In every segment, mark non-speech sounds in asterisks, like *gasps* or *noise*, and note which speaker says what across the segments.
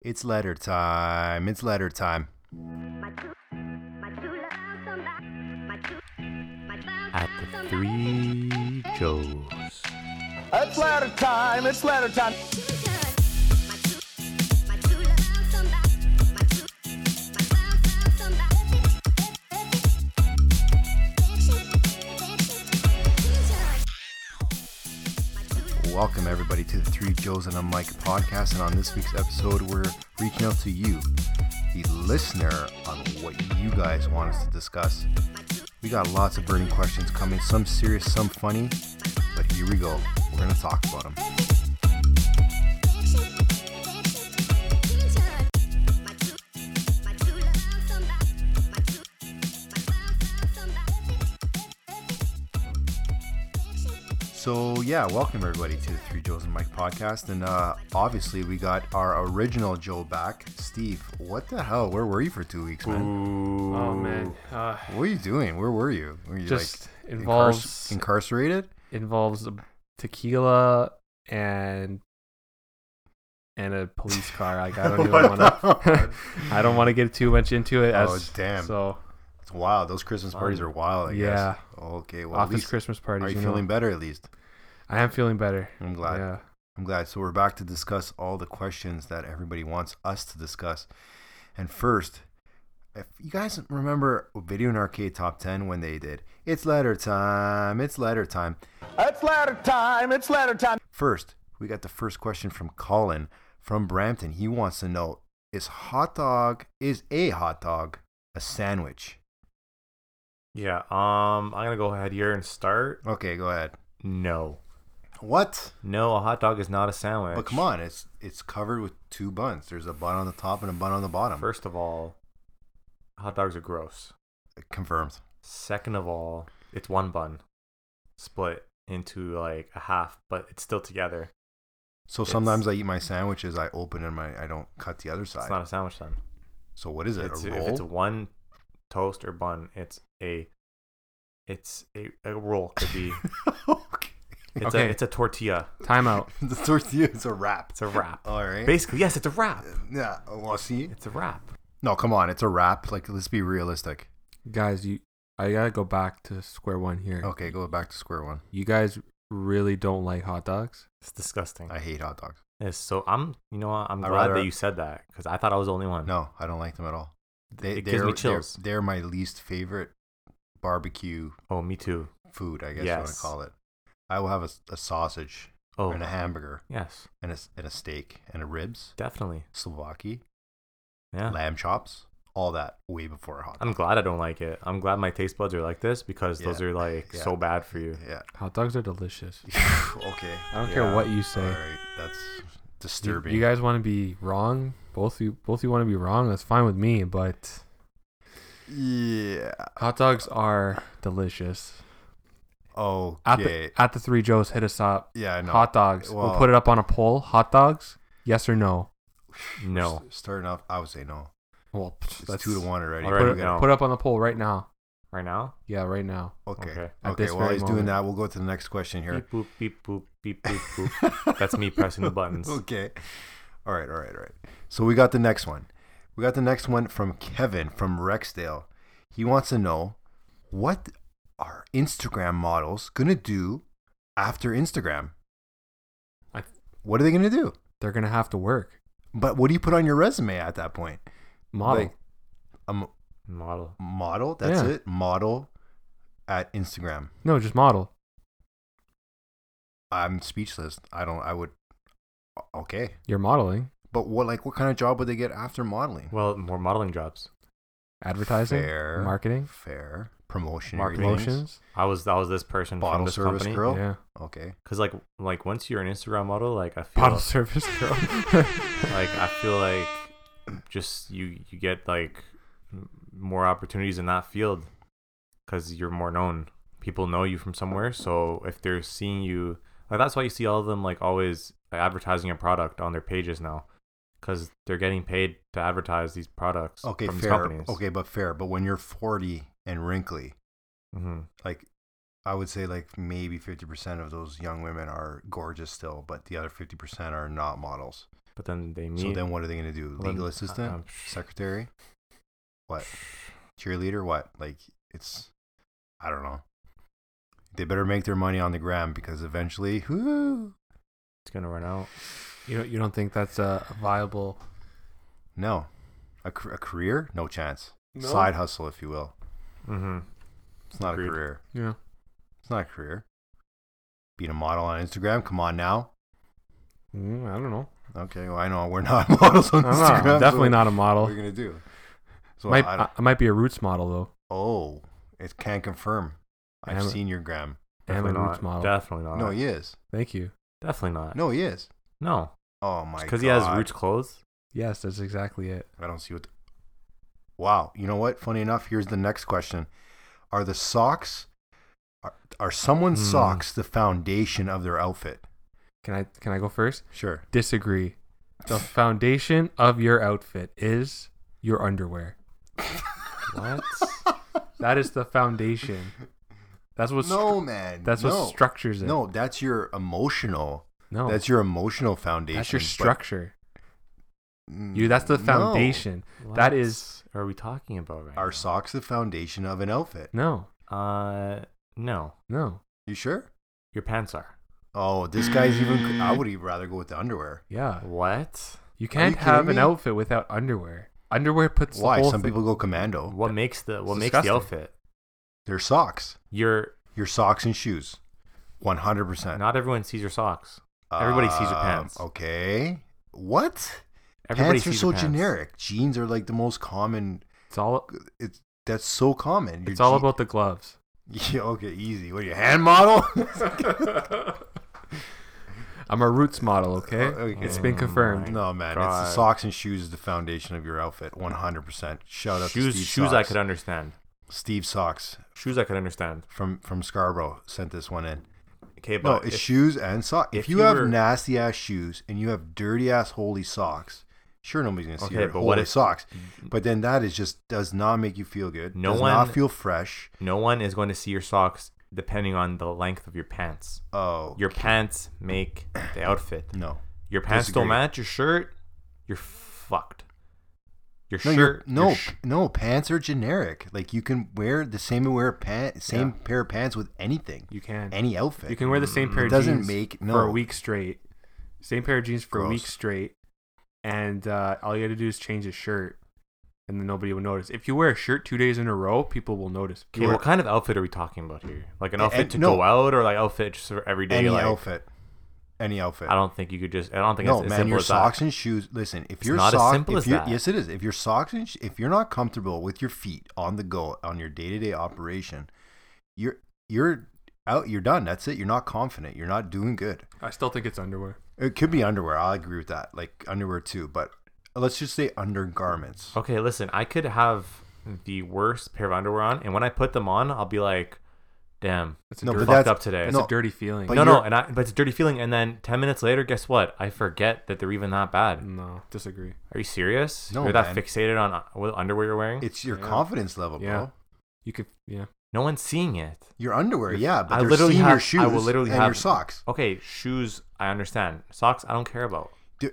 Speaker 1: It's letter time. It's letter time.
Speaker 2: At the Three Joes.
Speaker 3: It's letter time. It's letter time.
Speaker 1: Welcome, everybody, to the Three Joes and a Mike podcast. And on this week's episode, we're reaching out to you, the listener, on what you guys want us to discuss. We got lots of burning questions coming, some serious, some funny. But here we go. We're going to talk about them. So yeah, welcome everybody to the Three Joes and Mike podcast, and uh, obviously we got our original Joe back, Steve. What the hell? Where were you for two weeks, man?
Speaker 2: Oh man, uh,
Speaker 1: What were you doing? Where were you? Were you
Speaker 2: just
Speaker 1: like incarcer-
Speaker 2: involves
Speaker 1: incarcerated?
Speaker 2: involves a tequila and and a police car.
Speaker 1: *laughs*
Speaker 2: Like I don't even
Speaker 1: What
Speaker 2: *laughs* want to.
Speaker 1: the-
Speaker 2: I don't want to get too much into it.
Speaker 1: Oh,
Speaker 2: as-
Speaker 1: damn.
Speaker 2: So
Speaker 1: It's wild. Those Christmas parties
Speaker 2: Um,
Speaker 1: are wild. I
Speaker 2: yeah.
Speaker 1: Guess. Okay. Well, at
Speaker 2: office
Speaker 1: least
Speaker 2: Christmas
Speaker 1: are
Speaker 2: parties.
Speaker 1: you
Speaker 2: You
Speaker 1: feeling
Speaker 2: know?
Speaker 1: better at least?
Speaker 2: I am feeling better.
Speaker 1: I'm glad.
Speaker 2: Yeah.
Speaker 1: I'm glad. So we're back to discuss all the questions that everybody wants us to discuss. And first, if you guys remember Video and Arcade Top 10 when they did, it's letter time. It's letter time.
Speaker 3: It's letter time. It's letter time.
Speaker 1: First, we got the first question from Colin from Brampton. He wants to know is hot dog is a hot dog a sandwich?
Speaker 4: Yeah, um, I'm gonna go ahead here and start.
Speaker 1: Okay, go ahead.
Speaker 4: No,
Speaker 1: What?
Speaker 4: no, a hot dog is not a sandwich.
Speaker 1: But come on, it's it's covered with two buns. There's a bun on the top and a bun on the bottom.
Speaker 4: First of all, hot dogs are gross.
Speaker 1: Confirmed.
Speaker 4: Second of all, it's one bun, split into like a half, but it's still together.
Speaker 1: So
Speaker 4: It's-
Speaker 1: sometimes I eat my sandwiches, I open and my I don't cut the other
Speaker 4: It's
Speaker 1: side.
Speaker 4: not a sandwich then.
Speaker 1: so what is it?
Speaker 4: It's,
Speaker 1: a
Speaker 4: if it's
Speaker 1: roll?
Speaker 4: one toast or bun, it's a, it's a, a roll
Speaker 1: *laughs*
Speaker 4: could be.
Speaker 1: okay.
Speaker 4: It's
Speaker 2: Okay.
Speaker 4: a it's a tortilla.
Speaker 2: Timeout.
Speaker 1: The tortilla is a wrap.
Speaker 4: It's a wrap.
Speaker 1: All right.
Speaker 4: Basically, yes, it's a wrap.
Speaker 1: yeah. uh, Well, see.
Speaker 4: It's a wrap.
Speaker 1: No, come on. It's a wrap. Like, let's be realistic.
Speaker 2: Guys, you I gotta go back to square one here.
Speaker 1: Okay, go back to square one.
Speaker 2: You guys really don't like hot dogs.
Speaker 4: It's disgusting.
Speaker 1: I hate hot dogs.
Speaker 4: Yes, so I'm, you know, what? I'm
Speaker 1: I'd
Speaker 4: glad
Speaker 1: rather-
Speaker 4: that you said that because I thought I was the only one.
Speaker 1: No, I don't like them at all. They,
Speaker 4: it gives
Speaker 1: they're-
Speaker 4: me chills.
Speaker 1: They're, they're my least favorite barbecue
Speaker 4: Oh, me too.
Speaker 1: food. I guess you want to
Speaker 4: Yes.
Speaker 1: call it. I will have a, s- a sausage
Speaker 4: Oh,
Speaker 1: and a hamburger
Speaker 4: yes,
Speaker 1: and a, s- and a steak and a ribs,
Speaker 4: definitely.
Speaker 1: Slovakia,
Speaker 4: Yeah,
Speaker 1: lamb chops, all that way before a hot dog.
Speaker 4: I'm glad I don't like it. I'm glad my taste buds are like this because those
Speaker 1: Yeah,
Speaker 4: are like
Speaker 1: yeah.
Speaker 4: so bad for you.
Speaker 1: Yeah. *laughs*
Speaker 2: Hot dogs are delicious.
Speaker 1: okay.
Speaker 2: I don't
Speaker 4: Yeah.
Speaker 2: care what you say.
Speaker 1: All right. That's
Speaker 2: You-
Speaker 1: disturbing.
Speaker 2: You, guys want to be wrong. Both you both you want to be wrong. That's fine with me. But
Speaker 1: yeah.
Speaker 2: hot dogs are delicious. At
Speaker 1: Okay.
Speaker 2: the at the three Joes, hit us up.
Speaker 1: yeah, I know.
Speaker 2: Hot dogs. We'll,
Speaker 1: Well-
Speaker 2: put it up on a poll. Hot dogs. Yes or no?
Speaker 4: No,
Speaker 1: S- starting off, I would say no.
Speaker 2: Well, pff,
Speaker 1: It's
Speaker 2: that's
Speaker 1: two to one already.
Speaker 4: All
Speaker 2: Put,
Speaker 4: right,
Speaker 2: it,
Speaker 1: We gotta-
Speaker 4: now.
Speaker 2: put it up on the poll right now.
Speaker 4: right now.
Speaker 2: Yeah, right now.
Speaker 1: Okay. Okay.
Speaker 4: Okay.
Speaker 2: At this
Speaker 1: while
Speaker 2: very
Speaker 1: he's doing
Speaker 2: moment.
Speaker 1: that, we'll go to the next question here.
Speaker 4: Beep boop beep boop beep boop boop.
Speaker 1: *laughs*
Speaker 4: That's me pressing the buttons.
Speaker 1: okay. All right. All right. All right. So we got the next one. We got the next one from Kevin from Rexdale. He wants to know what are Instagram models gonna do after Instagram?
Speaker 2: I-
Speaker 1: what are they gonna do?
Speaker 2: They're gonna have to work.
Speaker 1: But what do you put on your resume at that point?
Speaker 2: Model.
Speaker 1: Like, um,
Speaker 4: Model.
Speaker 1: model. That's
Speaker 2: Yeah.
Speaker 1: it. Model at Instagram.
Speaker 2: no, just model.
Speaker 1: I'm speechless. I don't. I would. Okay,
Speaker 2: You're modeling.
Speaker 1: but what like what kind of job would they get after modeling?
Speaker 4: Well, more modeling jobs.
Speaker 2: Advertising.
Speaker 1: Fair.
Speaker 2: Marketing.
Speaker 1: Fair promotion,
Speaker 4: Marketing.
Speaker 2: Promotions.
Speaker 4: I was I was this person
Speaker 1: Bottle
Speaker 4: from this
Speaker 1: service *laughs*
Speaker 4: company.
Speaker 1: girl?
Speaker 2: Yeah.
Speaker 1: Okay,
Speaker 4: Cause like like once you're an Instagram model, like I feel
Speaker 2: Bottle service girl. *laughs*
Speaker 4: like I feel like just you you get like m- more opportunities in that field because you're more known. People know you from somewhere, so if they're seeing you, like that's why you see all of them like always advertising a product on their pages now, because they're getting paid to advertise these products.
Speaker 1: okay,
Speaker 4: from
Speaker 1: fair.
Speaker 4: These companies.
Speaker 1: Okay, but fair. But when you're 40 and wrinkly,
Speaker 4: hmm
Speaker 1: like I would say, like maybe 50% of those young women are gorgeous still, but the other 50% are not models.
Speaker 4: but then they meet.
Speaker 1: So then what are they going to do?
Speaker 4: Well, then,
Speaker 1: Legal assistant?
Speaker 4: um,
Speaker 1: Secretary? What? Cheerleader? What? Like, it's, I don't know. They better make their money on the gram because eventually, whoo,
Speaker 4: it's gonna run out.
Speaker 2: You don't, you don't think that's a viable
Speaker 1: no. A, ca- a career? No chance.
Speaker 2: No.
Speaker 1: Side hustle, if you will.
Speaker 4: Mm-hmm.
Speaker 1: It's not
Speaker 4: Agreed.
Speaker 1: a career.
Speaker 2: you know
Speaker 1: It's not a career. Being a model on Instagram? Come on now.
Speaker 2: mm, I don't know.
Speaker 1: *laughs* Okay, well, I know we're not *laughs* models
Speaker 2: I
Speaker 1: on
Speaker 2: don't know.
Speaker 1: Instagram.
Speaker 2: I'm definitely
Speaker 1: so
Speaker 2: not a
Speaker 1: What are we
Speaker 2: model.
Speaker 1: going to do? So
Speaker 2: might
Speaker 1: I
Speaker 2: I,
Speaker 1: don't-
Speaker 2: might be a roots model though.
Speaker 1: oh, it can confirm. I've
Speaker 2: Am-
Speaker 1: seen your gram.
Speaker 2: And a
Speaker 4: Definitely not.
Speaker 2: roots model.
Speaker 4: Definitely not.
Speaker 1: No, he is.
Speaker 2: Thank you.
Speaker 4: Definitely not.
Speaker 1: No, he is.
Speaker 4: No,
Speaker 1: Oh my god.
Speaker 4: because he has roots clothes.
Speaker 2: Yes, that's exactly it.
Speaker 1: I don't see what. the- Wow. You know what? Funny enough, here's the next question: Are the socks, are, are someone's
Speaker 4: Hmm.
Speaker 1: socks the foundation of their outfit?
Speaker 2: Can I can I go first?
Speaker 1: *laughs* Sure.
Speaker 2: Disagree. The foundation of your outfit is your underwear.
Speaker 4: What?
Speaker 1: *laughs*
Speaker 2: That is the foundation. That's what's
Speaker 1: No, man.
Speaker 2: that's
Speaker 1: no.
Speaker 2: what structures it.
Speaker 1: No, that's your emotional.
Speaker 2: no,
Speaker 1: That's your emotional foundation.
Speaker 2: Oh. that's your
Speaker 1: but-
Speaker 2: structure.
Speaker 1: Mm,
Speaker 2: You, that's the
Speaker 1: no.
Speaker 2: foundation.
Speaker 4: What
Speaker 2: That is
Speaker 4: Are we talking about right?
Speaker 1: Are socks the foundation of an outfit?
Speaker 2: no,
Speaker 4: now? Uh, no.
Speaker 2: no.
Speaker 1: You sure?
Speaker 4: Your pants are.
Speaker 1: Oh, this guy's even.
Speaker 2: *gasps*
Speaker 1: I would even rather go with the underwear.
Speaker 2: Yeah,
Speaker 4: What?
Speaker 2: you can't
Speaker 1: kidding
Speaker 2: have an
Speaker 1: me?
Speaker 2: outfit without underwear. Underwear puts the
Speaker 1: Why?
Speaker 2: whole
Speaker 1: Some
Speaker 2: thing-
Speaker 1: people go commando.
Speaker 4: What makes the what
Speaker 2: It's
Speaker 4: makes
Speaker 2: disgusting.
Speaker 4: the outfit?
Speaker 1: Their socks.
Speaker 4: Your
Speaker 1: Your socks and shoes. 100%.
Speaker 4: not everyone sees your socks. everybody sees your
Speaker 1: Um,
Speaker 4: pants.
Speaker 1: Okay. What?
Speaker 4: Everybody
Speaker 1: pants
Speaker 4: sees
Speaker 1: are so
Speaker 4: your
Speaker 1: *laughs*
Speaker 4: pants.
Speaker 1: generic. Jeans are like the most common.
Speaker 2: It's all
Speaker 1: It's that's so common. Your
Speaker 2: it's all
Speaker 1: je-
Speaker 2: about the gloves.
Speaker 1: *laughs* Yeah, okay, easy. What are you hand model? *laughs*
Speaker 2: I'm a roots model, okay?
Speaker 1: Okay.
Speaker 2: It's been
Speaker 4: Oh
Speaker 2: confirmed.
Speaker 4: my
Speaker 1: no man, it's the
Speaker 4: God.
Speaker 1: socks and shoes is the foundation of your outfit. 100%. Shout out
Speaker 4: Shoes
Speaker 1: to Steve
Speaker 4: shoes I
Speaker 1: Socks.
Speaker 4: could understand.
Speaker 1: Steve Socks
Speaker 4: Shoes I could understand.
Speaker 1: from from Scarborough sent this one in.
Speaker 4: Okay,
Speaker 1: No,
Speaker 4: but
Speaker 1: it's
Speaker 4: if-
Speaker 1: shoes and socks. If,
Speaker 4: if
Speaker 1: you,
Speaker 4: you
Speaker 1: have
Speaker 4: were-
Speaker 1: nasty ass shoes and you have dirty ass holy socks, sure nobody's gonna see
Speaker 4: Okay,
Speaker 1: your
Speaker 4: but
Speaker 1: holy
Speaker 4: what if- Mm,
Speaker 1: socks. But then that is just does not make you feel good.
Speaker 4: No
Speaker 1: does
Speaker 4: one-
Speaker 1: not feel fresh.
Speaker 4: No one is going to see your socks depending on the length of your pants.
Speaker 1: Oh
Speaker 4: Your pants make the outfit.
Speaker 1: no,
Speaker 4: Your pants
Speaker 1: Disagree.
Speaker 4: don't match your shirt, you're fucked. Your
Speaker 1: no, your
Speaker 4: shirt,
Speaker 1: no,
Speaker 4: your sh-
Speaker 1: p- no. Pants are generic. Like you can wear the same wear pant, same pair of pants with anything,
Speaker 2: You can.
Speaker 1: any outfit.
Speaker 2: you can wear the same pair
Speaker 1: It
Speaker 2: of
Speaker 1: doesn't
Speaker 2: jeans
Speaker 1: make-
Speaker 2: for
Speaker 1: no.
Speaker 2: a week straight. Same pair of jeans for a week
Speaker 1: Gross.
Speaker 2: straight. And uh, all you got to do is change a shirt and then nobody will notice. If you wear a shirt 2 days in a row, people will notice.
Speaker 4: Okay, what kind of outfit are we talking about here? Like an
Speaker 1: A-
Speaker 4: outfit
Speaker 1: and-
Speaker 4: to
Speaker 1: no.
Speaker 4: go out, or like outfit just for everyday?
Speaker 1: any
Speaker 4: like,
Speaker 1: outfit, any outfit.
Speaker 4: I don't think you could just. I don't think
Speaker 1: no,
Speaker 4: it's as
Speaker 1: man,
Speaker 4: simple
Speaker 1: your
Speaker 4: as
Speaker 1: socks
Speaker 4: that.
Speaker 1: and shoes. Listen, if
Speaker 4: It's
Speaker 1: your
Speaker 4: not as
Speaker 1: sock,
Speaker 4: simple
Speaker 1: if
Speaker 4: as
Speaker 1: your-
Speaker 4: that.
Speaker 1: yes, it is. If your socks and sh- if you're not comfortable with your feet on the go on your day to day operation, you're you're out. You're done. That's it. You're not confident. You're not doing good.
Speaker 2: I still think it's underwear.
Speaker 1: It could be underwear. I agree with that. Like underwear too, but let's just say undergarments.
Speaker 4: Okay, listen, I could have the worst pair of underwear on, and when I put them on, I'll be like, "Damn,
Speaker 2: It's a
Speaker 1: No,
Speaker 2: dirty,
Speaker 1: but
Speaker 4: fucked
Speaker 1: that's-
Speaker 4: up today."
Speaker 2: that's
Speaker 1: no,
Speaker 2: a dirty feeling.
Speaker 1: but
Speaker 4: no, no,
Speaker 1: you're-
Speaker 4: and I, but it's a dirty feeling. And then ten minutes later, guess what? I forget that they're even that bad.
Speaker 2: no, disagree.
Speaker 4: Are you serious?
Speaker 1: No,
Speaker 4: you're that
Speaker 1: man.
Speaker 4: fixated on uh, what underwear you're wearing.
Speaker 1: It's your
Speaker 2: Yeah.
Speaker 1: confidence level,
Speaker 2: Yeah.
Speaker 1: bro.
Speaker 2: You could yeah.
Speaker 4: no one's seeing it.
Speaker 1: Your underwear,
Speaker 4: Your-
Speaker 1: yeah, but
Speaker 4: I
Speaker 1: they're
Speaker 4: literally
Speaker 1: seeing
Speaker 4: have.
Speaker 1: your shoes
Speaker 4: I will literally
Speaker 1: and
Speaker 4: have
Speaker 1: your socks.
Speaker 4: Okay, shoes. I understand. Socks. I don't care about.
Speaker 1: Do-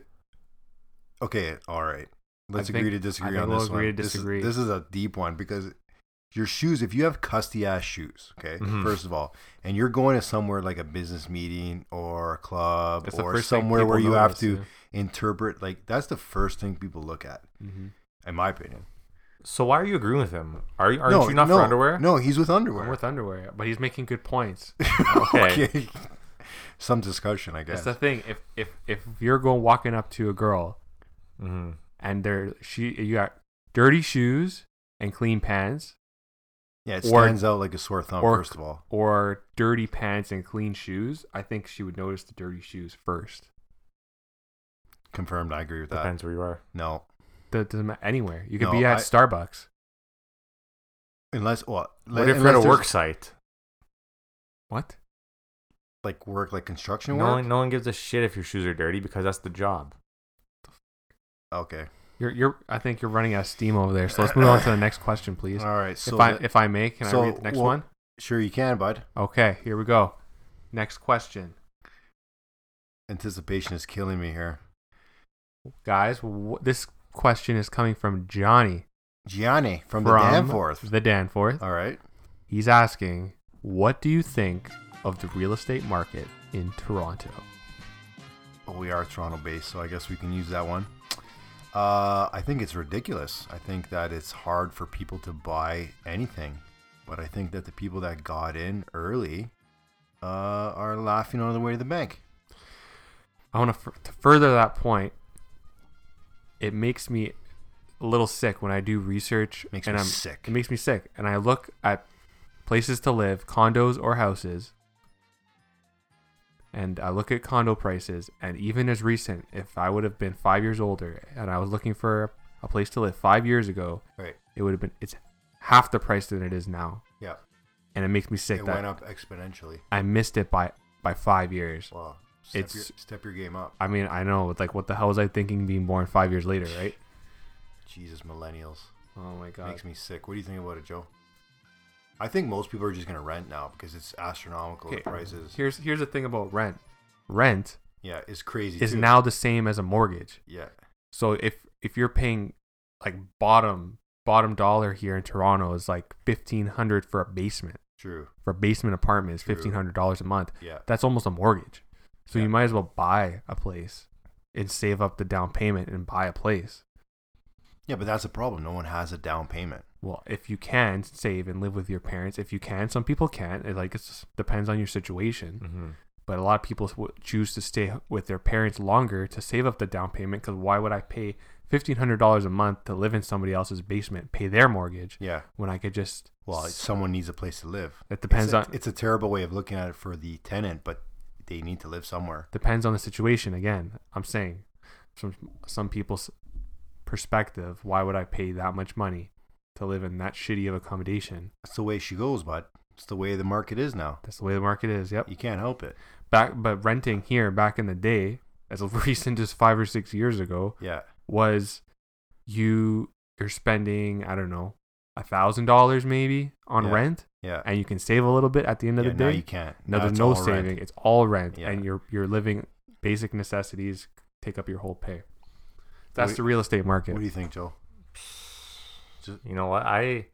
Speaker 1: okay, all right. Let's
Speaker 2: think-
Speaker 1: agree to
Speaker 2: I
Speaker 1: disagree
Speaker 2: think
Speaker 1: on
Speaker 2: we'll
Speaker 1: this
Speaker 2: agree
Speaker 1: one.
Speaker 2: to
Speaker 1: This is-
Speaker 2: disagree.
Speaker 1: This is, a deep one because your shoes, if you have custy ass shoes, okay,
Speaker 2: Mm-hmm.
Speaker 4: Mhm.
Speaker 1: first of all, and you're going to somewhere like a business meeting or a club
Speaker 2: That's the
Speaker 1: or
Speaker 2: first thing
Speaker 1: somewhere where
Speaker 2: people
Speaker 1: you have
Speaker 2: notice,
Speaker 1: to
Speaker 2: yeah.
Speaker 1: interpret, like, that's the first thing people look at,
Speaker 2: Mm-hmm.
Speaker 1: in my opinion.
Speaker 4: So why are you agreeing with him? Are you? Aren't
Speaker 1: no,
Speaker 4: you not
Speaker 1: no,
Speaker 4: for underwear?
Speaker 1: No, he's with
Speaker 2: I'm
Speaker 1: underwear. *laughs*
Speaker 2: with underwear, but he's making good points.
Speaker 4: Okay.
Speaker 1: Some discussion, I
Speaker 2: That's
Speaker 1: guess.
Speaker 2: the thing. If if if you're going walking up to a girl
Speaker 4: hmm
Speaker 2: and there she you got dirty shoes and clean pants
Speaker 1: yeah, it
Speaker 2: or-
Speaker 1: stands out like a sore thumb,
Speaker 2: or-
Speaker 1: Oh, first of all.
Speaker 2: or dirty pants and clean shoes, I think she would notice the dirty shoes first.
Speaker 1: Confirmed, I agree with that.
Speaker 4: Depends where you are.
Speaker 1: No.
Speaker 2: That doesn't matter anywhere. You could
Speaker 1: No,
Speaker 2: be at
Speaker 1: I-
Speaker 2: Starbucks.
Speaker 1: Unless, what?
Speaker 4: What if you're at a work site?
Speaker 2: What?
Speaker 1: Like work, like construction
Speaker 4: No
Speaker 1: work?
Speaker 4: one, no one gives a shit if your shoes are dirty because that's the job.
Speaker 1: Okay.
Speaker 2: You're you're. I think you're running out of steam over there. So let's move on to the next question, please.
Speaker 1: All right. So
Speaker 2: if I
Speaker 1: the-
Speaker 2: if I may, can
Speaker 1: so,
Speaker 2: I read the next
Speaker 1: well-
Speaker 2: one?
Speaker 1: sure you can, bud.
Speaker 2: Okay, here we go. Next question.
Speaker 1: Anticipation is killing me here.
Speaker 2: guys, wh- this question is coming from Johnny
Speaker 1: Gianni from, the
Speaker 2: from
Speaker 1: Danforth.
Speaker 2: The Danforth.
Speaker 1: All right.
Speaker 2: He's asking, what do you think of the real estate market in Toronto?
Speaker 1: Well, we are Toronto based, so I guess we can use that one. Uh, I think it's ridiculous. I think that it's hard for people to buy anything, but I think that the people that got in early uh, are laughing on the way to the bank.
Speaker 2: I want to, f- to further that point. It makes me a little sick when I do research.
Speaker 1: Makes
Speaker 2: and
Speaker 1: me
Speaker 2: I'm,
Speaker 1: sick.
Speaker 2: It makes me sick, and I look at places to live, condos or houses, and I look at condo prices. And even as recent, if I would have been five years older and I was looking for a place to live five years ago,
Speaker 1: Right.
Speaker 2: it would have been it's half the price than it is now,
Speaker 1: Yeah.
Speaker 2: and it makes me sick
Speaker 1: it
Speaker 2: that
Speaker 1: went up exponentially.
Speaker 2: I missed it by by five years.
Speaker 1: Wow. Step,
Speaker 2: It's-
Speaker 1: your, step your game up.
Speaker 2: I mean, I know, like, what the hell was I thinking being born five years later, right?
Speaker 1: Jesus, millennials.
Speaker 2: Oh my god.
Speaker 1: Makes me sick. What do you think about it, Joe? I think most people are just going to rent now because it's astronomical, the
Speaker 2: Okay,
Speaker 1: prices.
Speaker 2: Here's here's the thing about rent. Rent
Speaker 1: yeah, it's crazy.
Speaker 2: is
Speaker 1: too.
Speaker 2: now the same as a mortgage.
Speaker 1: Yeah.
Speaker 2: So if if you're paying like bottom bottom dollar here in Toronto is like fifteen hundred for a basement.
Speaker 1: True.
Speaker 2: For a basement apartment is
Speaker 1: True.
Speaker 2: fifteen hundred dollars a month.
Speaker 1: Yeah.
Speaker 2: That's almost a mortgage. So
Speaker 1: Yeah.
Speaker 2: you might as well buy a place and save up the down payment and buy a place.
Speaker 1: Yeah, but that's a problem. No one has a down payment.
Speaker 2: Well, if you can save and live with your parents, if you can, some people can't. It like it depends on your situation.
Speaker 1: Mm.
Speaker 4: Mm-hmm.
Speaker 2: but a lot of people w- choose to stay with their parents longer to save up the down payment because why would i pay $1500 a month to live in somebody else's basement pay their mortgage
Speaker 1: Yeah.
Speaker 2: when i could just
Speaker 1: Well, it's- someone needs a place to live.
Speaker 2: It depends
Speaker 1: it's a,
Speaker 2: on-
Speaker 1: It's a terrible way of looking at it for the tenant, but they need to live somewhere.
Speaker 2: depends on the situation again i'm saying from some people's perspective why would i pay that much money to live in that shitty of accommodation
Speaker 1: That's the way she goes, bud. It's the way the market is now.
Speaker 2: that's the way the market is yep
Speaker 1: You can't help it.
Speaker 2: back but renting here back in the day as *laughs* recent as five or six years ago
Speaker 1: Yeah.
Speaker 2: was you you're spending I don't know a thousand dollars maybe on
Speaker 1: Yeah.
Speaker 2: rent,
Speaker 1: Yeah.
Speaker 2: and you can save a little bit at the end of
Speaker 1: yeah
Speaker 2: the
Speaker 1: now
Speaker 2: day.
Speaker 1: you can't.
Speaker 2: No,
Speaker 1: Now
Speaker 2: there's
Speaker 1: it's
Speaker 2: no
Speaker 1: all rent.
Speaker 2: saving. It's all rent,
Speaker 1: Yeah.
Speaker 2: and you're you're living basic necessities take up your whole pay. That's
Speaker 1: What-
Speaker 2: the real estate market.
Speaker 1: What do you think, Joe?
Speaker 4: You know what? I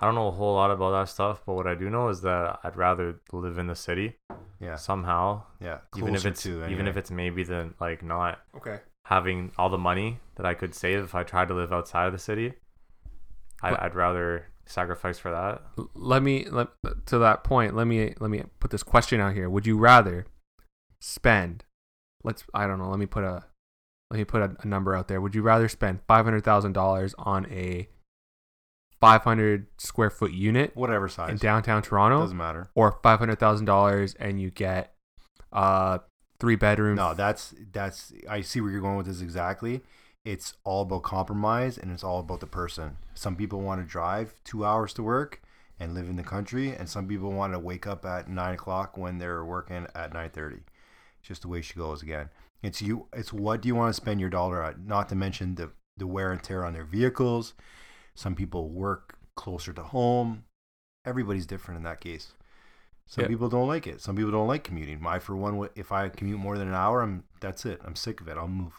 Speaker 4: I don't know a whole lot about that stuff, but what I do know is that I'd rather live in the city
Speaker 1: Yeah.
Speaker 4: somehow,
Speaker 1: Yeah.
Speaker 4: even if
Speaker 1: Closer
Speaker 4: it's
Speaker 1: to,
Speaker 4: even
Speaker 1: anyway.
Speaker 4: if it's maybe the like not
Speaker 2: okay,
Speaker 4: having all the money that I could save if I tried to live outside of the city. I,
Speaker 2: But-
Speaker 4: I'd rather sacrifice for that.
Speaker 2: let me let to that point. Let me let me put this question out here. Would you rather spend? Let's I don't know. Let me put a let me put a, a number out there. Would you rather spend five hundred thousand dollars on a five hundred square foot unit
Speaker 1: whatever
Speaker 2: in
Speaker 1: size.
Speaker 2: downtown Toronto,
Speaker 1: Doesn't matter.
Speaker 2: or five hundred thousand dollars and you get uh three bedroom?
Speaker 1: No, that's that's I see where you're going with this exactly. It's all about compromise and it's all about the person. Some people want to drive two hours to work and live in the country, and some people want to wake up at nine o'clock when they're working at nine thirty. It's just the way she goes again. It's you it's what do you want to spend your dollar on? Not to mention the, the wear and tear on their vehicles. Some people work closer to home. Everybody's different in that case. Some
Speaker 2: Yeah.
Speaker 1: people don't like it. Some people don't like commuting. My for one, would- if I commute more than an hour, I'm that's it. I'm sick of it. I'll move.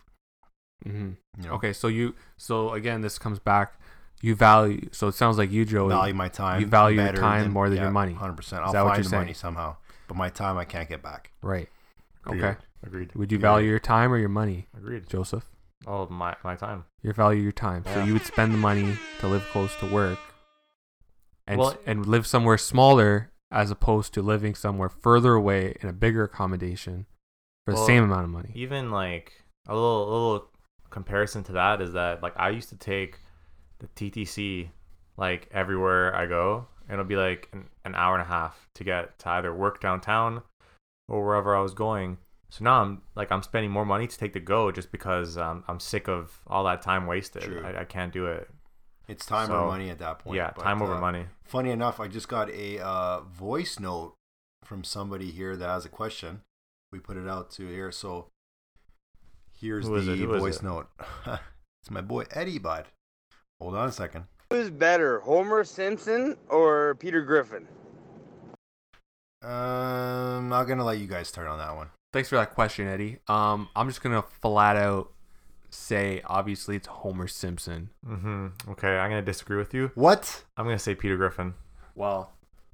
Speaker 2: hmm
Speaker 1: You know,
Speaker 2: Okay, so you so again this comes back. You value so it sounds like you Joey
Speaker 1: value my time.
Speaker 2: you value your
Speaker 1: better
Speaker 2: time more than your money.
Speaker 1: Hundred percent.
Speaker 2: Is
Speaker 1: I'll
Speaker 2: that what
Speaker 1: find
Speaker 2: you're
Speaker 1: the
Speaker 2: saying?
Speaker 1: money somehow, but my time I can't get back.
Speaker 2: right. Okay.
Speaker 4: Agreed.
Speaker 2: Would you
Speaker 1: Yeah.
Speaker 2: value your time or your money,
Speaker 4: Agreed.
Speaker 2: Joseph?
Speaker 4: Oh my my time.
Speaker 2: You value your time, so
Speaker 4: Yeah.
Speaker 2: you would spend the money to live close to work, and
Speaker 4: Well-
Speaker 2: s- and live somewhere smaller as opposed to living somewhere further away in a bigger accommodation for the
Speaker 4: Well,
Speaker 2: same amount of money.
Speaker 4: Even like a little little comparison to that is that like I used to take the TTC like everywhere I go, and it'll be like an, an hour and a half to get to either work downtown or wherever I was going. So now I'm like I'm spending more money to take the go just because um, I'm sick of all that time wasted.
Speaker 1: True.
Speaker 4: I, I can't do it.
Speaker 1: It's time
Speaker 4: So,
Speaker 1: over money at that point.
Speaker 4: yeah,
Speaker 1: but,
Speaker 4: time over
Speaker 1: uh,
Speaker 4: money.
Speaker 1: Funny enough, I just got a uh, voice note from somebody here that has a question. We put it out to here, so here's
Speaker 4: Who is
Speaker 1: the
Speaker 4: it? Who is
Speaker 1: voice
Speaker 4: it?
Speaker 1: note. *laughs* it's my boy Eddie, bud. Hold on a second.
Speaker 5: Who's better, Homer Simpson or Peter Griffin?
Speaker 1: Um, not gonna let you guys start on that one.
Speaker 2: Thanks for that question, Eddie. Um, I'm just gonna flat out say obviously it's Homer Simpson.
Speaker 4: hmm Okay, I'm gonna disagree with you.
Speaker 1: What?
Speaker 4: I'm gonna say Peter Griffin.
Speaker 2: Well,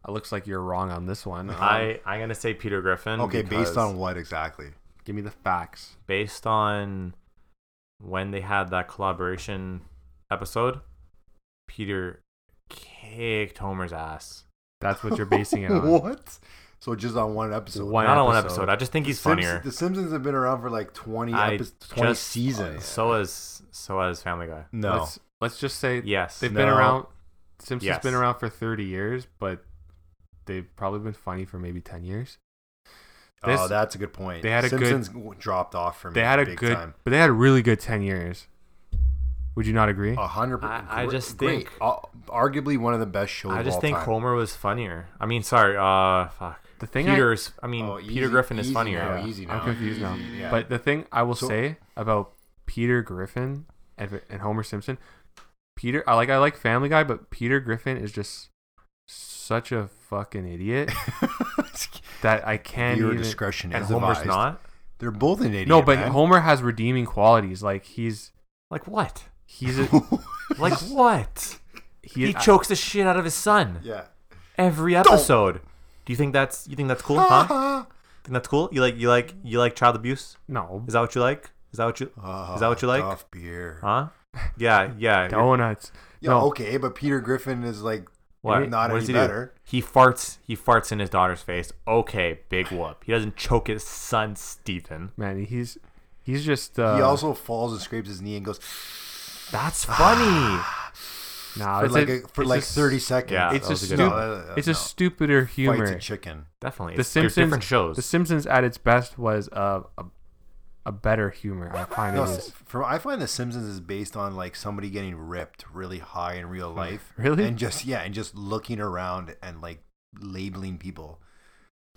Speaker 2: it looks like you're wrong on this one. Um,
Speaker 4: I I'm gonna say Peter Griffin.
Speaker 1: Uh-huh. Okay, based
Speaker 4: because-
Speaker 1: on what exactly?
Speaker 2: give me the facts.
Speaker 4: based on when they had that collaboration episode, Peter kicked Homer's ass.
Speaker 2: That's what
Speaker 1: *laughs*
Speaker 2: you're basing it on.
Speaker 1: what? So just on one episode.
Speaker 2: One
Speaker 4: Not on one
Speaker 2: episode.
Speaker 4: episode. I just think he's
Speaker 1: Simpsons-
Speaker 4: funnier.
Speaker 1: the Simpsons have been around for like 20,
Speaker 4: I
Speaker 1: episodes, 20
Speaker 4: just-
Speaker 1: seasons.
Speaker 4: So is so is Family Guy.
Speaker 1: no.
Speaker 2: Let's let's just say
Speaker 4: Yes.
Speaker 2: they've
Speaker 1: No.
Speaker 2: been around. Simpsons
Speaker 4: Yes.
Speaker 2: been around for 30 years, but they've probably been funny for maybe 10 years. this-
Speaker 1: oh, that's a good point.
Speaker 2: they had a good-
Speaker 1: Simpsons w- dropped off for me.
Speaker 2: They had a
Speaker 1: big
Speaker 2: good,
Speaker 1: time.
Speaker 2: but they had a really good 10 years. Would you not agree?
Speaker 1: A hundred. per-
Speaker 4: I- I
Speaker 1: gr-
Speaker 4: just
Speaker 1: great.
Speaker 4: think-
Speaker 1: Ar- arguably one of the best shows.
Speaker 4: I
Speaker 1: of
Speaker 4: just
Speaker 1: all
Speaker 4: think
Speaker 1: time.
Speaker 4: Homer was funnier. I mean, sorry, uh, fuck.
Speaker 2: The thing I-
Speaker 4: Peter's, I, mean,
Speaker 1: Oh,
Speaker 4: Peter
Speaker 1: easy-
Speaker 4: Griffin is
Speaker 1: easy
Speaker 4: funnier.
Speaker 1: now,
Speaker 2: Yeah,
Speaker 1: easy now,
Speaker 2: I'm confused now.
Speaker 1: easy, yeah.
Speaker 2: But the thing I will
Speaker 1: So-
Speaker 2: say about Peter Griffin and, and Homer Simpson, Peter, I like I like Family Guy, but Peter Griffin is just such a
Speaker 1: *laughs*
Speaker 2: fucking idiot that I can't
Speaker 1: Your
Speaker 2: even.
Speaker 1: discretion
Speaker 4: And
Speaker 1: is
Speaker 4: Homer's
Speaker 1: advised.
Speaker 4: not.
Speaker 1: *laughs* They're both an idiot.
Speaker 2: no, but
Speaker 1: man.
Speaker 2: Homer has redeeming qualities. Like he's
Speaker 1: *laughs*
Speaker 4: Like what?
Speaker 2: he's a,
Speaker 4: Like what?
Speaker 2: he, uh,
Speaker 4: He chokes the shit out of his son
Speaker 1: yeah.
Speaker 4: every episode. Do you think that's you think
Speaker 1: *laughs*
Speaker 4: that's cool, huh? Think that's cool? You like you like you like child abuse?
Speaker 2: no
Speaker 4: Is that what you like? Is that what you is that what you like?
Speaker 1: Uh, Tough beer.
Speaker 4: Huh? Yeah,
Speaker 2: *laughs*
Speaker 4: yeah.
Speaker 2: donuts.
Speaker 1: Yeah,
Speaker 2: no,
Speaker 1: okay, but Peter Griffin is like
Speaker 4: What?
Speaker 1: not
Speaker 4: what
Speaker 1: any
Speaker 4: does he do?
Speaker 1: better.
Speaker 4: He farts. He farts in his daughter's face. Okay, big whoop. He doesn't choke his son Stephen.
Speaker 2: man, he's he's just uh,
Speaker 1: he also falls and scrapes his knee and goes *sighs*
Speaker 4: That's funny.
Speaker 2: nah,
Speaker 1: for
Speaker 2: it's
Speaker 1: like
Speaker 2: a-
Speaker 1: a, for
Speaker 2: it's
Speaker 1: like
Speaker 2: just-
Speaker 1: thirty seconds.
Speaker 4: Yeah,
Speaker 2: It's
Speaker 4: that
Speaker 2: a
Speaker 4: was a
Speaker 2: stupid.
Speaker 4: good
Speaker 1: one. No, no, no,
Speaker 2: it's
Speaker 1: no.
Speaker 2: a stupider humor.
Speaker 1: Fights a chicken.
Speaker 4: Definitely.
Speaker 2: The
Speaker 4: It's, there's
Speaker 2: Simpsons.
Speaker 4: different shows.
Speaker 2: The Simpsons at its best was uh, a a better humor. I find
Speaker 1: No,
Speaker 2: it
Speaker 1: s-
Speaker 2: is.
Speaker 1: for, I find The Simpsons is based on like somebody getting ripped really high in real life.
Speaker 2: Really?
Speaker 1: And just yeah, and just looking around and like labeling people,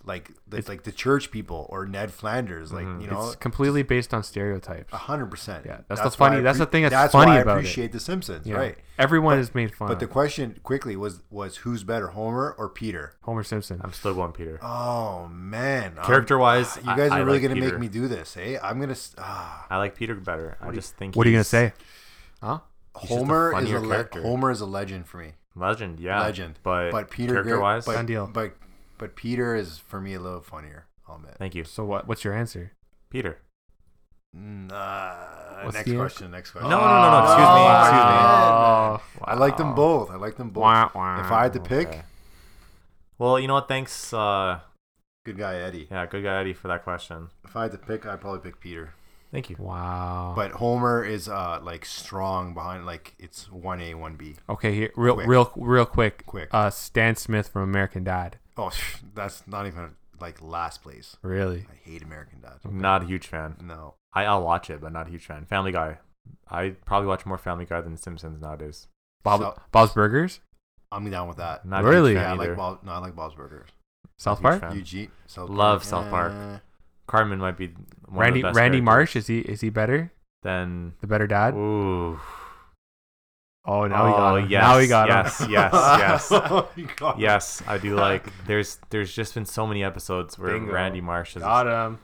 Speaker 1: like like,
Speaker 2: It's- Mm-hmm.
Speaker 1: like the church people or Ned Flanders, like
Speaker 4: Mhm.
Speaker 1: you know, Ah,
Speaker 2: it's completely based on stereotypes.
Speaker 1: a hundred percent.
Speaker 2: Yeah, that's the
Speaker 1: why I
Speaker 2: funny- that's the
Speaker 1: appre-
Speaker 2: thing that's
Speaker 1: why
Speaker 2: funny
Speaker 1: I
Speaker 2: about it.
Speaker 1: appreciate The Simpsons,
Speaker 2: Yeah.
Speaker 1: right?
Speaker 2: Everyone is made fun
Speaker 1: But the
Speaker 2: of.
Speaker 1: question quickly was was who's better, Homer or Peter?
Speaker 2: Homer Simpson.
Speaker 4: I'm still going Peter.
Speaker 1: Oh man, I'm- ah,
Speaker 4: Character-wise,
Speaker 1: you
Speaker 4: I-
Speaker 1: guys
Speaker 4: I
Speaker 1: are really
Speaker 4: like
Speaker 1: gonna
Speaker 4: Peter.
Speaker 1: make me do this, eh? I'm gonna. s- Ah.
Speaker 4: I like Peter better. I just think.
Speaker 2: What are you gonna
Speaker 4: he's
Speaker 2: say? Huh?
Speaker 4: He's just a
Speaker 1: Homer is
Speaker 4: funnier
Speaker 1: a le-
Speaker 4: character.
Speaker 1: Homer is a legend for me.
Speaker 4: Legend. Yeah.
Speaker 1: legend.
Speaker 4: But
Speaker 1: but Peter
Speaker 4: character wise.
Speaker 1: but,
Speaker 2: Done deal.
Speaker 1: But but Peter is for me a little funnier. I'll admit.
Speaker 4: Thank you,
Speaker 2: So what? What's your answer?
Speaker 4: Peter.
Speaker 1: Mm, uh,
Speaker 2: What's
Speaker 1: next
Speaker 2: the answer?
Speaker 1: question. Next
Speaker 4: No,
Speaker 1: question.
Speaker 4: no, no, no. Excuse me.
Speaker 1: Oh,
Speaker 4: Excuse me.
Speaker 1: man.
Speaker 2: Oh,
Speaker 1: I like them both. I like them both.
Speaker 2: Wah, wah.
Speaker 1: If I had to pick,
Speaker 4: Okay. Well, you know what? Thanks. Uh,
Speaker 1: good guy Eddie.
Speaker 4: yeah, good guy Eddie for that question.
Speaker 1: If I had to pick, I'd probably pick Peter.
Speaker 4: Thank you. Oh.
Speaker 2: Wow.
Speaker 1: But Homer is uh like strong behind. Like it's one A, one B.
Speaker 2: okay, here, real,
Speaker 1: Quick.
Speaker 2: real, real quick.
Speaker 1: Quick.
Speaker 2: Uh, Stan Smith from American Dad.
Speaker 1: Oh, *laughs* that's not even like last place.
Speaker 2: Really?
Speaker 1: I hate American Dad.
Speaker 4: Not a huge fan.
Speaker 1: No.
Speaker 4: I, I'll watch it, but not a huge fan. Family Guy. I probably watch more Family Guy than The Simpsons nowadays.
Speaker 2: Bob,
Speaker 1: So-
Speaker 2: Bob's Burgers.
Speaker 1: I'm down with that.
Speaker 4: Not
Speaker 2: Really?
Speaker 4: A
Speaker 1: yeah,
Speaker 4: huge
Speaker 1: I
Speaker 4: fan either.
Speaker 1: like Bob. No, I like Bob's Burgers.
Speaker 2: South
Speaker 4: huge
Speaker 2: Park.
Speaker 4: fan. Yeah.
Speaker 1: Eugene. South
Speaker 4: Love South Park.
Speaker 1: eh.
Speaker 4: Carmen might be one
Speaker 2: Randy,
Speaker 4: of the best
Speaker 2: Randy
Speaker 4: characters.
Speaker 2: Marsh. Is he? Is he better?
Speaker 4: Then
Speaker 2: The better dad?
Speaker 4: ooh,
Speaker 2: Oh, now we got
Speaker 4: Oh,
Speaker 2: him.
Speaker 4: yes,
Speaker 2: now we got
Speaker 1: *laughs*
Speaker 4: yes.
Speaker 2: him.
Speaker 4: yes.
Speaker 1: Oh my God.
Speaker 4: yes, I
Speaker 2: *laughs*
Speaker 4: do like. There's there's just been so many episodes where
Speaker 2: Bingo.
Speaker 4: Randy Marsh is
Speaker 2: Got him.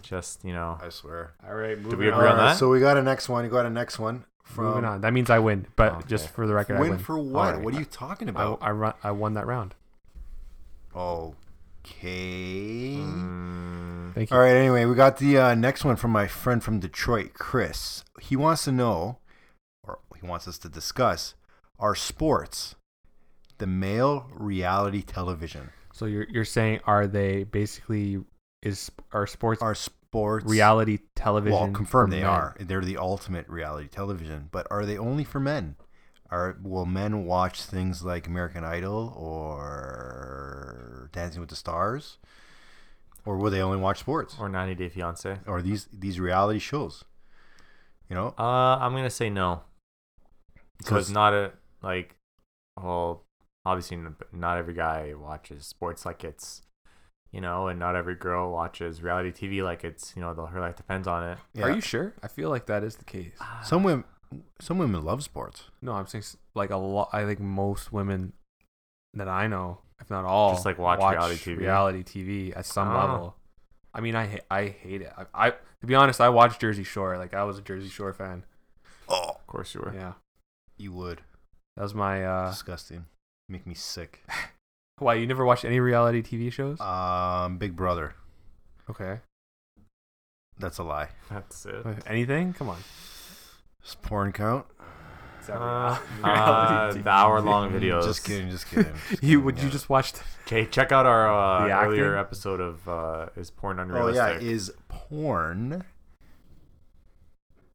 Speaker 4: just you know.
Speaker 1: I swear.
Speaker 2: All right, moving
Speaker 4: we
Speaker 2: on.
Speaker 4: agree on
Speaker 1: All right,
Speaker 4: that?
Speaker 1: So we got a next one. You got a next one
Speaker 2: Moving
Speaker 1: from
Speaker 2: on. That means I win, but
Speaker 4: Okay.
Speaker 2: just for the record, I
Speaker 1: win
Speaker 2: win.
Speaker 1: for what?
Speaker 4: Alright.
Speaker 1: What are you talking
Speaker 2: I,
Speaker 1: about?
Speaker 2: I, run, I won that round.
Speaker 1: okay.
Speaker 4: Mm,
Speaker 2: Thank you.
Speaker 1: All right. Anyway, we got the uh, next one from my friend from Detroit, Chris. He wants to know, or he wants us to discuss, are sports the male reality television?
Speaker 2: So you're you're saying are they basically is are sports
Speaker 1: Are sports
Speaker 2: reality television?
Speaker 1: Well, confirmed
Speaker 2: for
Speaker 1: they
Speaker 2: men?
Speaker 1: are. They're the ultimate reality television. But are they only for men? Are will men watch things like American Idol or Dancing with the Stars, or will they only watch sports
Speaker 4: mm, or 90 Day Fiance.
Speaker 1: or these these reality shows? You know,
Speaker 4: Uh, I'm gonna say no because not a like. Well, obviously, n- not every guy watches sports like it's, you know, and not every girl watches reality TV like it's, you know, the, her life depends on it.
Speaker 1: yeah.
Speaker 2: Are you sure? I feel like that is the case.
Speaker 1: some women some women love sports.
Speaker 2: No, I'm saying s- like a lot. I think most women that I know, if not all,
Speaker 4: Just, like, watch reality Oh. TV?
Speaker 2: reality TV at some
Speaker 4: I don't know.
Speaker 2: level. I mean, I ha- I hate it. I, I to be honest, I watched Jersey Shore. Like I was a Jersey Shore fan.
Speaker 1: Oh,
Speaker 4: Of course you were.
Speaker 2: Yeah,
Speaker 1: you would.
Speaker 2: that was my. uh
Speaker 1: Disgusting. Make me sick.
Speaker 2: Why you never watched any reality TV shows?
Speaker 1: Um, Big Brother.
Speaker 2: Okay,
Speaker 1: That's a lie.
Speaker 4: That's it.
Speaker 2: anything? Come on.
Speaker 1: Does porn count?
Speaker 2: Is
Speaker 4: Uh,
Speaker 2: that
Speaker 4: uh,
Speaker 2: *laughs* reality
Speaker 4: the hour-long
Speaker 2: TV?
Speaker 4: videos.
Speaker 2: *laughs*
Speaker 1: Just kidding. Just kidding. just
Speaker 2: You
Speaker 1: kidding,
Speaker 2: would you
Speaker 1: yeah.
Speaker 2: just watch?
Speaker 4: Okay, check out our uh,
Speaker 2: The
Speaker 4: earlier
Speaker 2: acting?
Speaker 4: episode of uh, "Is Porn
Speaker 1: Oh yeah,
Speaker 4: Unrealistic?"
Speaker 1: is porn?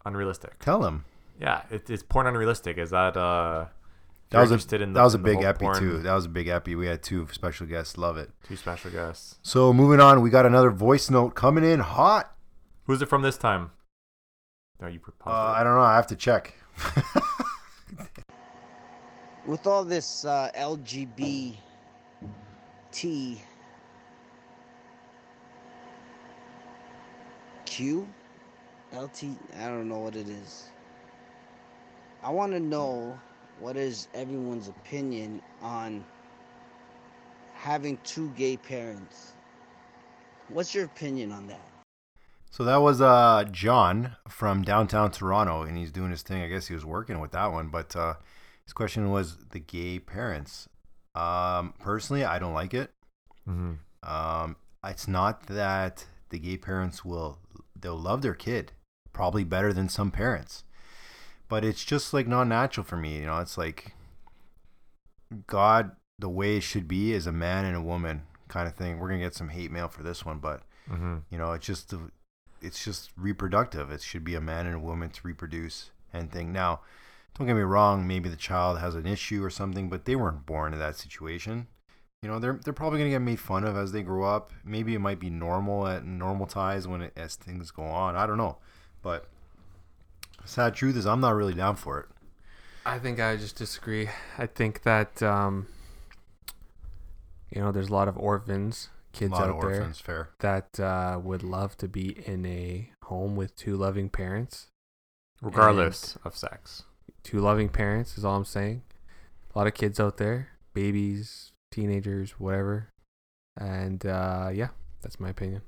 Speaker 4: unrealistic.
Speaker 1: Tell him.
Speaker 4: Yeah, it, it's porn unrealistic. Is that uh?
Speaker 1: That was
Speaker 4: interested
Speaker 1: a
Speaker 4: in the-
Speaker 1: that was a
Speaker 4: in the
Speaker 1: big
Speaker 4: whole
Speaker 1: epi
Speaker 4: porn-
Speaker 1: too. That was a big epi. We had two special guests. Love it.
Speaker 4: Two special guests.
Speaker 1: So moving on, we got another voice note coming in hot.
Speaker 4: Who's it from this time? No, you
Speaker 1: Uh,
Speaker 4: proposed.
Speaker 1: I don't know. I have to check. *laughs*
Speaker 6: with all this uh, LGBT Q LT I don't know what it is. I want to know what is everyone's opinion on having two gay parents. What's your opinion on that?
Speaker 1: So that was uh, John from downtown Toronto, and he's doing his thing. I guess he was working with that one, but uh, his question was the gay parents. Um, personally, I don't like it.
Speaker 4: Mhm.
Speaker 1: Um, it's not that the gay parents will they'll love their kid probably better than some parents, but it's just like not natural for me. You know, it's like God, the way it should be is a man and a woman kind of thing. We're gonna get some hate mail for this one, but
Speaker 4: Mhm.
Speaker 1: you know, it's just the, it's just reproductive. It should be a man and a woman to reproduce and thing. Now, don't get me wrong. Maybe the child has an issue or something, but they weren't born to that situation. You know, they're they're probably gonna get made fun of as they grow up. Maybe it might be normal at normal ties when it, as things go on. I don't know, but sad truth is I'm not really down for it.
Speaker 2: I think I just disagree. I think that um, you know, there's a lot of orphans,
Speaker 1: A
Speaker 2: kids
Speaker 1: lot of
Speaker 2: out there
Speaker 1: orphans, fair.
Speaker 2: that uh, would love to be in a home with two loving parents.
Speaker 4: Regardless of sex.
Speaker 2: Two loving parents is all I'm saying. A lot of kids out there, babies, teenagers, whatever. And uh, yeah, that's my opinion.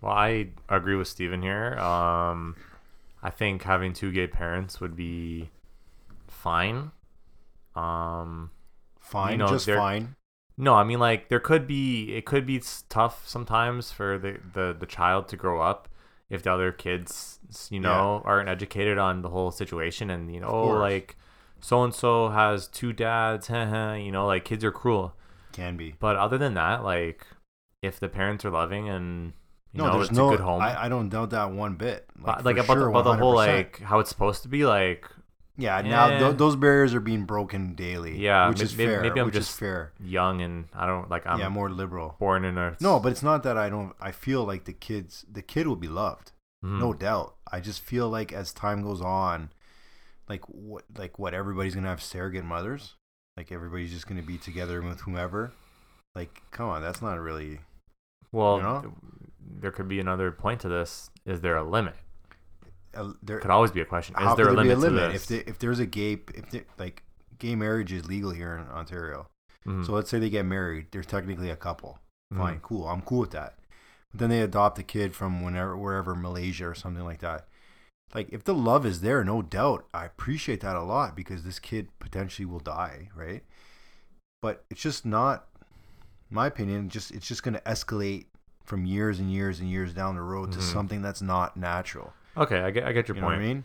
Speaker 4: Well, I agree with Steven here. Um, I think having two gay parents would be fine. Um,
Speaker 1: Fine,
Speaker 4: know,
Speaker 1: just
Speaker 4: they're-
Speaker 1: fine.
Speaker 4: No, I mean like there could be it could be s- tough sometimes for the the, the child to grow up if the other kids s- you know aren't educated on the whole situation and you know oh,
Speaker 1: course.
Speaker 4: like so and so has two dads *laughs* heh heh, you know like kids are cruel
Speaker 1: Can be.
Speaker 4: but other than that like if the parents are loving and you know it's a good home
Speaker 1: I, I don't doubt that one bit.
Speaker 4: but,
Speaker 1: for
Speaker 4: like about, the-
Speaker 1: sure,
Speaker 4: about the whole
Speaker 1: 100%.
Speaker 4: like how it's supposed to be like
Speaker 1: Yeah, now
Speaker 4: Yeah.
Speaker 1: th- those barriers are being broken daily.
Speaker 4: Eh. Yeah,
Speaker 1: which
Speaker 4: may-
Speaker 1: is
Speaker 4: may-
Speaker 1: fair.
Speaker 4: maybe I'm
Speaker 1: which is
Speaker 4: just-
Speaker 1: fair.
Speaker 4: young and I don't like I'm
Speaker 1: yeah, more liberal.
Speaker 4: born in a
Speaker 1: No, but it's not that I don't. I feel like the kids, the kid will be loved,
Speaker 4: Mhm.
Speaker 1: no doubt. I just feel like as time goes on, like what, like what everybody's gonna have surrogate mothers. Like everybody's just gonna be together with whomever. Like, come on, that's not really.
Speaker 4: well
Speaker 1: you know?
Speaker 4: th- there could be another point to this is there a limit
Speaker 1: Uh, there,
Speaker 4: could always be a question.
Speaker 1: how
Speaker 4: Is there a
Speaker 1: could
Speaker 4: limit,
Speaker 1: be a limit
Speaker 4: to this?
Speaker 1: if there, if there's a gay if there, like gay marriage is legal here in Ontario?
Speaker 4: Mhm.
Speaker 1: So let's say they get married, they're technically a couple.
Speaker 4: Mhm.
Speaker 1: Fine, cool. I'm cool with that. But then they adopt a kid from whenever wherever Malaysia or something like that. Like if the love is there, no doubt, I appreciate that a lot because this kid potentially will die, right? But it's just not my opinion, just it's just gonna escalate from years and years and years down the road to
Speaker 4: Mhm.
Speaker 1: something that's not natural
Speaker 4: okay, I get, I get your
Speaker 1: you know
Speaker 4: point.
Speaker 1: what I mean?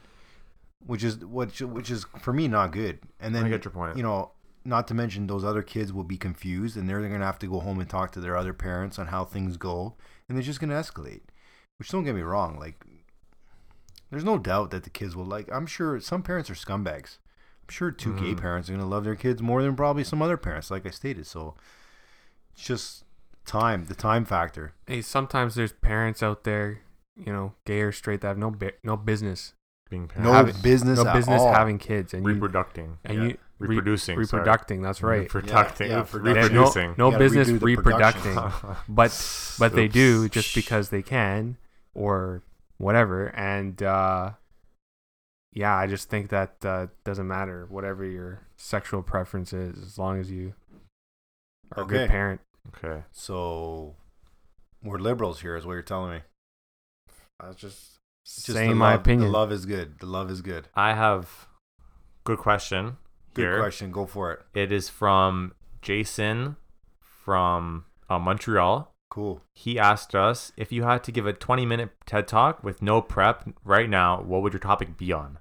Speaker 1: Which is which, which is for me not good. And then
Speaker 4: I get your point.
Speaker 1: You know, not to mention those other kids will be confused, and they're gonna have to go home and talk to their other parents on how things go, and they're just gonna escalate. Which don't get me wrong, like there's no doubt that the kids will like. I'm sure some parents are scumbags. I'm sure 2 gay
Speaker 2: Mm-hmm.
Speaker 4: Mhm.
Speaker 1: parents are gonna love their kids more than probably some other parents, like I stated. So it's just time, the time factor.
Speaker 2: Hey, sometimes there's parents out there, you know, gay or straight, that have no bi- no business,
Speaker 4: Being
Speaker 1: No
Speaker 4: parents,
Speaker 2: Have it-
Speaker 1: business,
Speaker 2: no
Speaker 1: at
Speaker 2: business
Speaker 1: all.
Speaker 2: having kids, and you
Speaker 4: reproducting,
Speaker 2: and
Speaker 1: yeah.
Speaker 2: you re-
Speaker 4: Reproducing, sorry.
Speaker 2: reproducting. That's right.
Speaker 4: reproducting,
Speaker 1: yeah,
Speaker 4: oof,
Speaker 1: production.
Speaker 2: They have
Speaker 4: reproducing.
Speaker 2: No,
Speaker 1: You
Speaker 2: no
Speaker 1: gotta
Speaker 2: business
Speaker 1: redo the production.
Speaker 2: reproducting,
Speaker 4: *laughs*
Speaker 2: but but they do just because they can or whatever. And uh, yeah, I just think that uh, doesn't matter whatever your sexual preference is, as long as you are a
Speaker 1: Okay.
Speaker 2: good parent.
Speaker 4: okay,
Speaker 1: So We're liberals here, is what you're telling me. That's just, it's just
Speaker 2: Saying
Speaker 1: the
Speaker 2: my
Speaker 1: love-
Speaker 2: opinion.
Speaker 1: The love is good. The love is good.
Speaker 4: I have good question
Speaker 1: Good
Speaker 4: here.
Speaker 1: question. Go for it.
Speaker 4: It is from Jason from uh, Montreal.
Speaker 1: Cool.
Speaker 4: He asked us if you had to give a 20 minute TED talk with no prep right now, what would your topic be on?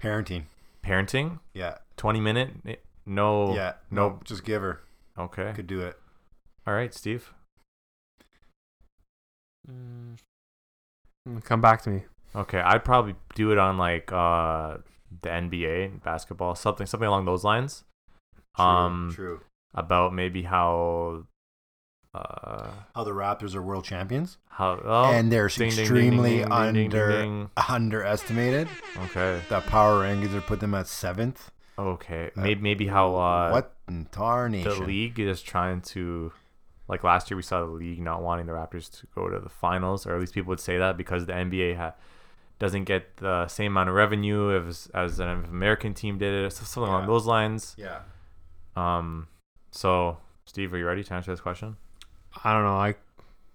Speaker 1: Parenting.
Speaker 4: Parenting?
Speaker 1: Yeah.
Speaker 4: 20 minute? N- No.
Speaker 1: yeah. Nope. Just give her.
Speaker 4: Okay.
Speaker 1: Could do it.
Speaker 4: All right, Steve.
Speaker 2: Mm. Come back to me.
Speaker 4: Okay, I'd probably do it on like uh the NBA basketball, something something along those lines.
Speaker 1: True,
Speaker 4: um
Speaker 1: True.
Speaker 4: about maybe how uh
Speaker 1: How the Raptors are world champions.
Speaker 4: how oh,
Speaker 1: and they're
Speaker 4: ding, ding, ding,
Speaker 1: extremely
Speaker 4: ding, ding, ding,
Speaker 1: under
Speaker 4: ding,
Speaker 1: underestimated.
Speaker 4: ding. Okay.
Speaker 1: The power rankings put them at seventh.
Speaker 4: Okay.
Speaker 1: Uh,
Speaker 4: Maybe maybe how uh
Speaker 1: what in tarnation?
Speaker 4: the league is trying to like last year we saw the league not wanting the Raptors to go to the finals, or at least people would say that because the NBA ha- doesn't get the same amount of revenue as as an American team did it, so- something
Speaker 1: Yeah.
Speaker 4: along those lines.
Speaker 1: Yeah.
Speaker 4: Um, so Steve, are you ready to answer this question?
Speaker 2: I don't know. I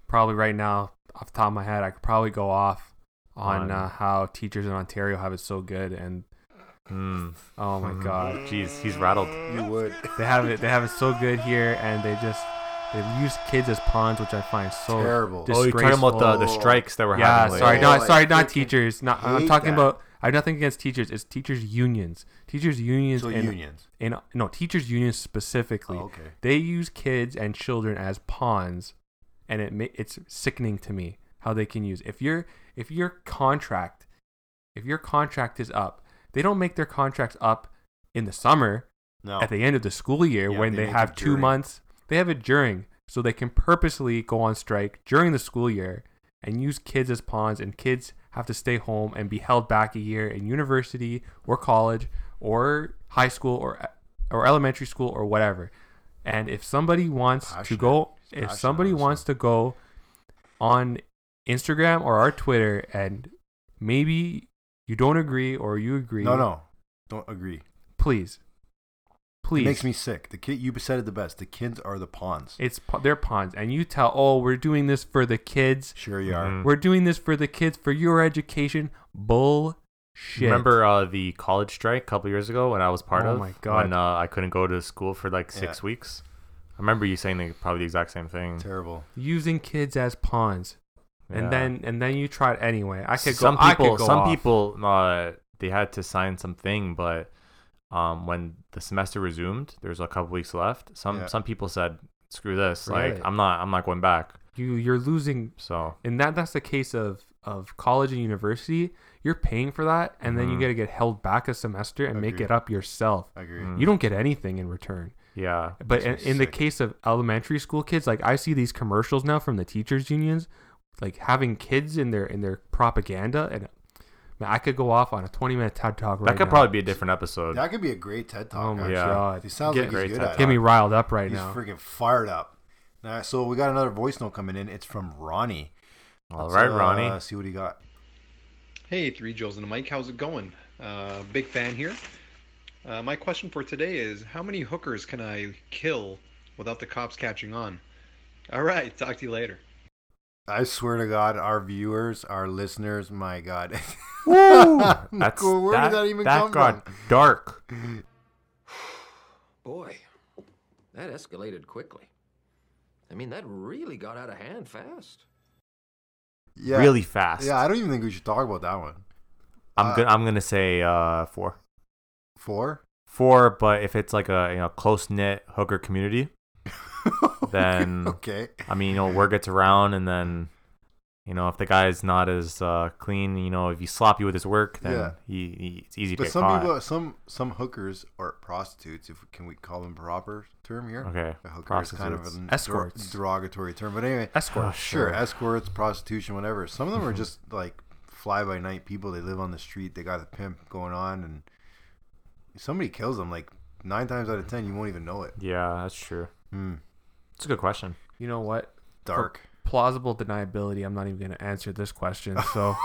Speaker 2: probably right now, off the top of my head, I could probably go off on,
Speaker 4: On-
Speaker 2: Uh, how teachers in Ontario have it so good, and
Speaker 4: Hmm.
Speaker 2: oh
Speaker 1: *laughs*
Speaker 2: my god,
Speaker 4: Jeez, he's rattled.
Speaker 1: You would. *laughs*
Speaker 2: they have it. They have it so good here, and they just they use kids as pawns, which I find so
Speaker 1: Terrible.
Speaker 4: Oh, you're talking about the, the
Speaker 1: Disgraceful.
Speaker 4: strikes that were
Speaker 2: yeah,
Speaker 4: happening.
Speaker 2: sorry,
Speaker 4: lately.
Speaker 1: no,
Speaker 2: not
Speaker 1: Oh, I
Speaker 2: sorry, not
Speaker 1: freaking
Speaker 2: teachers. Not I'm
Speaker 1: hate
Speaker 2: talking
Speaker 1: that.
Speaker 2: about. I have nothing against teachers. It's teachers unions. Teachers unions
Speaker 1: So
Speaker 2: and
Speaker 1: unions.
Speaker 2: and no teachers unions specifically.
Speaker 1: Oh, okay.
Speaker 2: They use kids and children as pawns, and it ma- it's sickening to me how they can use. If your if your contract, if your contract is up, they don't make their contracts up in the summer
Speaker 1: No.
Speaker 2: at the end of the school year
Speaker 1: Oh. Yeah,
Speaker 2: when
Speaker 1: they
Speaker 2: they,
Speaker 1: make
Speaker 2: have
Speaker 1: it
Speaker 2: two
Speaker 1: during.
Speaker 2: months. They have it during, so they can purposely go on strike during the school year and use kids as pawns, and kids have to stay home and be held back a year in university or college or high school or or elementary school or whatever. And if somebody wants to
Speaker 1: Passionate.
Speaker 2: go,
Speaker 1: Passionate
Speaker 2: if
Speaker 1: on
Speaker 2: somebody
Speaker 1: this
Speaker 2: wants to go on Instagram or our Twitter and maybe you don't agree or you agree,
Speaker 1: no, no. Don't agree.
Speaker 2: please, please,
Speaker 1: It makes me sick. The kid, you said it the best. The kids are the pawns.
Speaker 2: It's pa- they're pawns, and you tell, oh, we're doing this for the kids.
Speaker 1: Sure you are.
Speaker 4: Mhm.
Speaker 2: We're doing this for the kids for your education. Bullshit.
Speaker 4: Remember uh, the college strike a couple years ago when I was part
Speaker 2: Oh
Speaker 4: of?
Speaker 2: my God.
Speaker 4: When uh, I couldn't go to school for like six
Speaker 1: Yeah.
Speaker 4: weeks. I remember you saying the, probably the exact same thing.
Speaker 1: Terrible.
Speaker 2: using kids as pawns,
Speaker 4: Yeah.
Speaker 2: and then and then you try it anyway. I could go.
Speaker 4: some
Speaker 2: I could
Speaker 4: people,
Speaker 2: go
Speaker 4: some
Speaker 2: off.
Speaker 4: people, uh, they had to sign something, but um, when the semester resumed, there's a couple weeks left. Some
Speaker 1: Yeah.
Speaker 4: some people said, "Screw this!
Speaker 2: Really?
Speaker 4: Like, I'm not, I'm not going back."
Speaker 2: You you're losing,
Speaker 4: So
Speaker 2: and that that's the case of of college and university. You're paying for that, and then you
Speaker 4: Mhm.
Speaker 2: got to get held back a semester and make
Speaker 1: Agreed.
Speaker 2: it up yourself.
Speaker 1: I agree.
Speaker 4: Mm.
Speaker 2: You don't get anything in return.
Speaker 4: yeah,
Speaker 2: But in,
Speaker 1: Makes me
Speaker 2: in the
Speaker 1: sick.
Speaker 2: case of elementary school kids, like I see these commercials now from the teachers unions, like having kids in their in their propaganda, and man, I could go off on a twenty minute TED talk right
Speaker 4: that could
Speaker 2: now.
Speaker 4: probably be a different episode.
Speaker 1: That could be a great TED talk.
Speaker 2: Oh my
Speaker 1: actually.
Speaker 2: God.
Speaker 1: He sounds
Speaker 2: Get-
Speaker 1: like
Speaker 4: Great
Speaker 1: he's good
Speaker 4: TED
Speaker 1: at
Speaker 2: get
Speaker 1: it.
Speaker 2: me riled up right
Speaker 1: He's
Speaker 2: now.
Speaker 1: freaking fired up. All right, so we got another voice note coming in. It's from Ronnie.
Speaker 4: All right,
Speaker 1: Uh,
Speaker 4: Ronnie.
Speaker 1: see what he got.
Speaker 7: Hey, three Joes and a mic. How's it going? Uh, big fan here. Uh, my question for today is how many hookers can I kill without the cops catching on? All right, talk to you later.
Speaker 1: I swear to God, our viewers, our listeners, my God. *laughs*
Speaker 2: *laughs*
Speaker 4: Woo!
Speaker 1: That's- Where did that even come
Speaker 4: got dark.
Speaker 8: Boy, that escalated quickly. I mean, that really got out of hand fast.
Speaker 1: yeah.
Speaker 4: Really fast.
Speaker 1: Yeah, I don't even think we should talk about that one.
Speaker 4: I'm
Speaker 1: uh,
Speaker 4: gonna I'm gonna say uh four.
Speaker 1: Four? *laughs*
Speaker 4: Four, but if it's like a you know close knit hooker community, Then-
Speaker 1: okay.
Speaker 4: I mean, you know, word gets around, and then, you know, if the guy's not as uh, clean, you know, if he's sloppy with his work, then
Speaker 1: Yeah.
Speaker 4: he, he it's easy to
Speaker 1: But
Speaker 4: get
Speaker 1: some
Speaker 4: caught.
Speaker 1: people, some some hookers are prostitutes. If can we call them proper term here?
Speaker 4: Okay,
Speaker 1: a hooker is kind of
Speaker 4: prostitutes.
Speaker 1: an
Speaker 2: Escorts.
Speaker 1: der- derogatory term. But anyway,
Speaker 2: Escort.
Speaker 4: Oh,
Speaker 1: sure,
Speaker 4: sure.
Speaker 1: escorts, prostitution, whatever. Some of them are
Speaker 4: *laughs*
Speaker 1: just like fly by night people. They live on the street. They got a pimp going on, and if somebody kills them. Like nine times out of ten, you won't even know it.
Speaker 4: yeah, that's true.
Speaker 1: Hmm.
Speaker 4: It's a good question.
Speaker 2: You know what?
Speaker 1: dark.
Speaker 2: *laughs* Plausible deniability. I'm not even going to answer this question. So